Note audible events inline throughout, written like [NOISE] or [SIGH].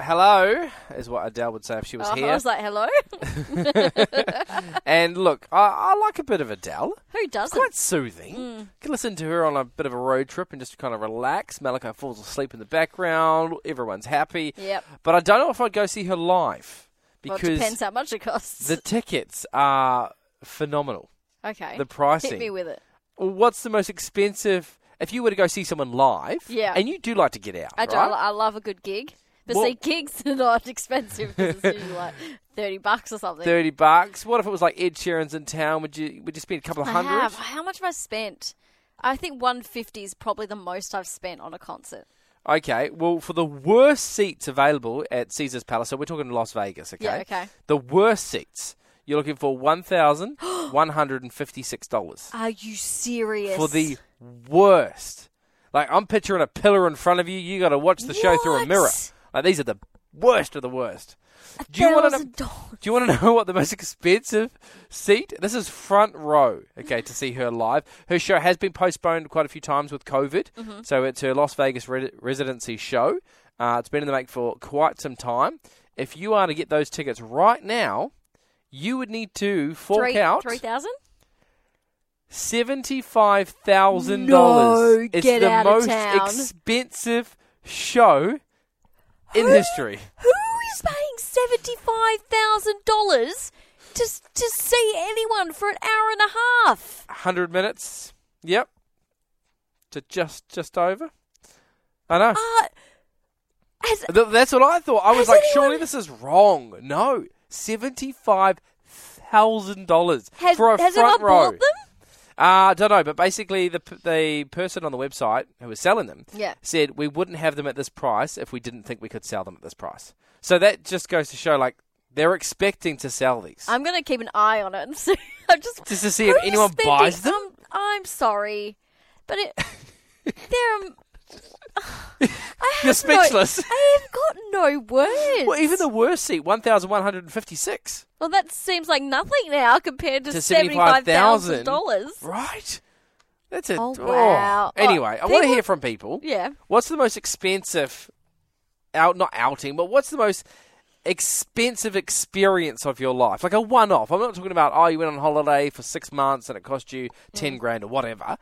Hello, is what Adele would say if she was Oh, I here. was like, hello? [LAUGHS] and look, I, I like a bit of Adele. Who doesn't? Quite soothing. Mm. You can listen to her on a bit of a road trip and just kind of relax. Malachi falls asleep in the background. Everyone's happy. Yep. But I don't know if I'd go see her live Well, it because depends how much it costs. the tickets are phenomenal. [LAUGHS] okay. the pricing. Hit me with it. what's the most expensive if you were to go see someone live Yeah. and you do like to get out I do. right? I love a good gig. But Well- see, gigs [LAUGHS] are not expensive because it's usually like 30 bucks or something. 30 bucks what if it was like ed sheeran's in town would you would you spend a couple of I hundred have. How much have I spent? I think 150 is probably the most I've spent on a concert. okay well for the worst seats available at caesar's palace so we're talking las vegas okay Yeah, okay. the worst seats you're looking for [GASPS] $1156 Are you serious? for the worst like i'm picturing a pillar in front of you you got to watch the show through a What? mirror like these are the worst of the worst do you want to $1,000 Do you want to [LAUGHS] know what the most expensive seat? This is front row, okay, to see her live. Her show has been postponed quite a few times with COVID, Mm-hmm. so it's her Las Vegas re- residency show. Uh, it's been in the make for quite some time. If you are to get those tickets right now, you would need to fork Three- out 3000 seventy-five thousand No, dollars. It's get the out of most town. expensive show [GASPS] in Who? history. Who is paying seventy-five thousand dollars to to see anyone for an hour and a half? hundred minutes. Yep. To just just over. I know. Uh, has, Th- that's what I thought. I was has like, anyone- surely this is wrong. No, seventy-five thousand dollars has, for a has front anyone row. bought them? Uh, I don't know, but basically the p- the person on the website who was selling them Yeah. said we wouldn't have them at this price if we didn't think we could sell them at this price. So that just goes to show, like they're expecting to sell these I'm gonna keep an eye on it. And [LAUGHS] see, I'm just just to see who if is anyone spending- buys them. I'm, I'm sorry, [LAUGHS] but it they're. um, I You're have no- speechless. I have got no words. Well, even the worst seat, one thousand one hundred and fifty-six. well, that seems like nothing now compared to, to seventy-five thousand $75,000. dollars. Right? That's a Oh, wow. Anyway, I want Oh, to people- hear from people. Yeah. What's the most expensive out not outing, but what's the most expensive experience of your life? Like a one off. I'm not talking about oh you went on holiday for six months and it cost you Mm. ten grand or whatever.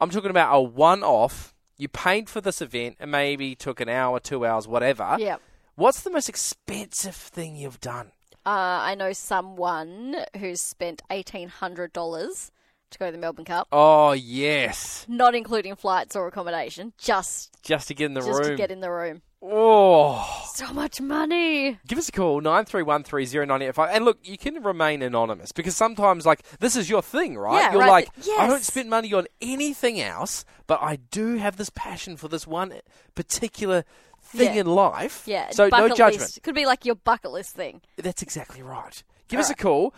I'm talking about a one off. You paid for this event and maybe took an hour, two hours, whatever. Yep. What's the most expensive thing you've done? Uh, I know someone who's spent eighteen hundred dollars to go to the Melbourne Cup, Oh yes. not including flights or accommodation, just Just to get in the just room. to get in the room. oh, So much money. Give us a call, 93130985. And look, you can remain anonymous because sometimes, like, this is your thing, right? Yeah, You're right, like, th- I don't yes. spend money on anything else, but I do have this passion for this one particular thing Yeah. in life. Yeah. So no bucket judgment. List. Could be like your bucket list thing. That's exactly right. Give us a call.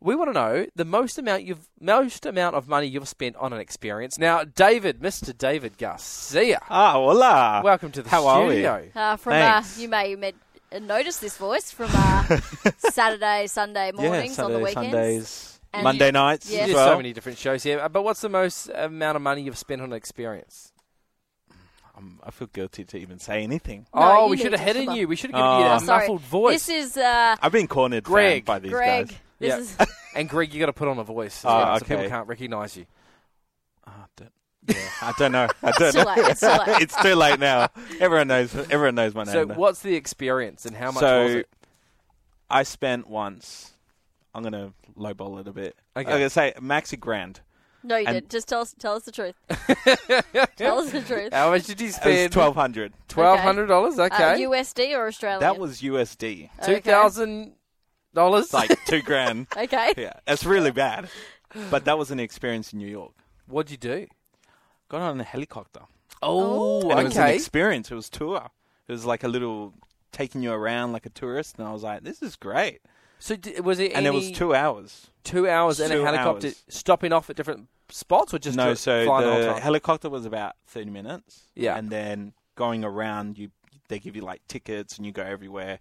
We want to know the most amount you've most amount of money you've spent on an experience. Now, David, Mr. David Garcia, Ah, hola. welcome to the How are we? studio. Uh, from uh, Thanks. you may med- uh, notice this voice from [LAUGHS] uh, Saturday, Sunday mornings Saturday, on the weekends. Sundays, And- Monday nights Yeah. as There's well. so many different shows here. Uh, But what's the most amount of money you've spent on an experience? Um, I feel guilty to even say anything. No, oh, you we should have need to hidden come up. Ah. you. We should have given you Oh. that Oh, Sorry, muffled voice. This is uh, I've been cornered down Greg. by these Greg. guys. This Yeah. [LAUGHS] is and Greg, you got to put on a voice Oh, well, so okay. people can't recognise you. Ah, I don't- yeah, I don't know. I don't too know. [LAUGHS] late. It's too late. it's too late now. Everyone knows. Everyone knows my name. So, now. what's the experience and how much uh, So- was it? I spent once. I'm gonna lowball it a bit. Okay. I'm gonna say max a grand. no, you And- didn't. Just tell us, tell us [LAUGHS] the truth. tell us the truth. How much did you It spend? was twelve hundred. Twelve hundred dollars. Uh, Okay, USD or Australian? That was USD. Okay. two thousand dollars. It's like two grand. Okay. [LAUGHS] Yeah, that's really bad. But that was an experience in New York. [LAUGHS] what'd you do? Got on a helicopter. Oh, And it was an okay. experience. It was tour. It was like a little taking you around like a tourist, and I was like, "This is great." so, d- was it And any it was two hours. two hours in a two helicopter, hours. stopping off at different spots, or just no, dri- so flying the whole the time? helicopter was about thirty minutes. Yeah. and then going around, you they give you like tickets and you go everywhere.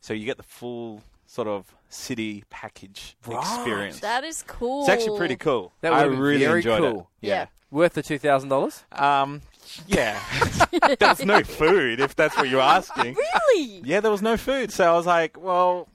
So you get the full sort of city package Right. experience. That is cool. it's actually pretty cool. That I would be really very enjoyed cool. it. Yeah. Worth the two thousand dollars? Um, yeah. [LAUGHS] that's [LAUGHS] no [LAUGHS] food, if that's what you're asking. Really? [LAUGHS] Yeah, there was no food. So I was like, well,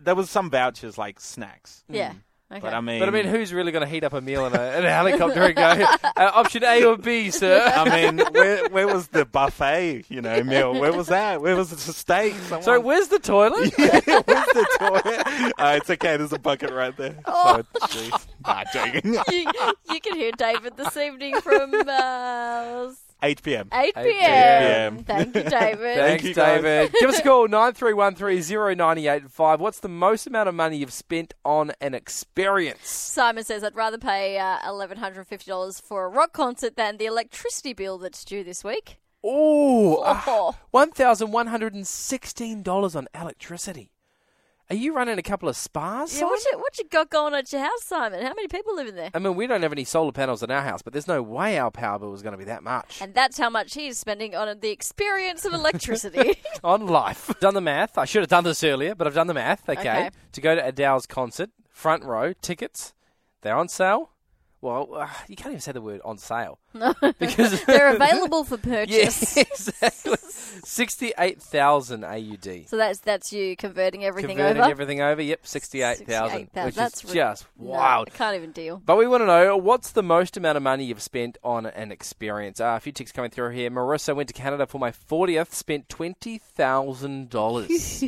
there was some vouchers like snacks. Yeah. Okay. Mm. But I mean, But I mean, who's really going to heat up a meal in a, in a helicopter and go [LAUGHS] uh, option A or B, sir? I mean, where, where was the buffet, you know, meal? Where was that? Where was the steak? Someone- So where's the toilet? where's [LAUGHS] the toilet? Uh, it's okay. There's a bucket right there. Oh. So, geez. nah, joking. [LAUGHS] [LAUGHS] you, you can hear David this evening from uh, 8 p.m. 8 p.m. 8 p.m. Thank [LAUGHS] you, David. Thanks, you, guys. David. Give us a call, 93130985. What's the most amount of money you've spent on an experience? Simon says, I'd rather pay uh, $1,150 for a rock concert than the electricity bill that's due this week. Ooh, Oh. $1,116 on electricity. Are you running a couple of spas? Yeah, Simon? what, you, what you got going on at your house, Simon? How many people live in Uh, there? I mean, we don't have any solar panels in our house, but there's no way our power bill is going to be that much. And that's how much he is spending on the experience [LAUGHS] of electricity. [LAUGHS] on life. done the math. I should have done this earlier, but I've done the math. Okay. Okay. To go to Adele's concert, front row tickets, they're on sale. Well, uh, you can't even say the word on [LAUGHS] sale because They're available for [LAUGHS] Yes, purchase. exactly. Sixty-eight thousand AUD. So that's that's you converting everything Converting over. everything over, yep, sixty-eight thousand, 68,000. which That's is rid- just No, wild. I can't [LAUGHS] even deal. But we want to know what's the most amount of money you've spent on an experience. Uh, a few ticks coming through here. Marissa went to Canada for my fortieth, spent twenty thousand [LAUGHS] dollars.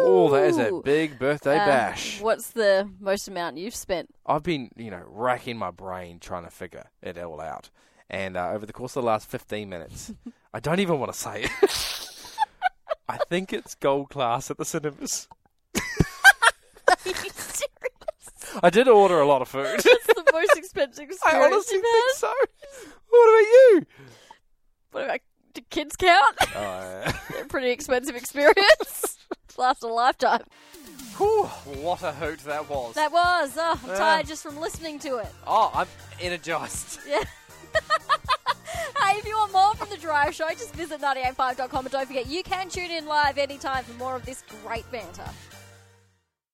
oh, that is a big birthday Um, bash. What's the most amount you've spent? [LAUGHS] I've been, you know, racking my brain trying to figure it all out. And uh, over the course of the last 15 [LAUGHS] minutes, I don't even want to say it. I think it's gold class at the cinemas. Serious? I did order a lot of food. That's the most expensive [LAUGHS] I experience honestly you've think had. so. What about you? What about, do kids [LAUGHS] count? Uh, They're [LAUGHS] a pretty expensive experience. [LAUGHS] Last a lifetime. [LAUGHS] whew, what a hoot that was. That was. Oh, I'm Yeah. tired just from listening to it. oh, I'm energized. Yeah. [LAUGHS] hey, if you want more from The Drive Show, just visit 985.com and don't forget you can tune in live anytime for more of this great banter.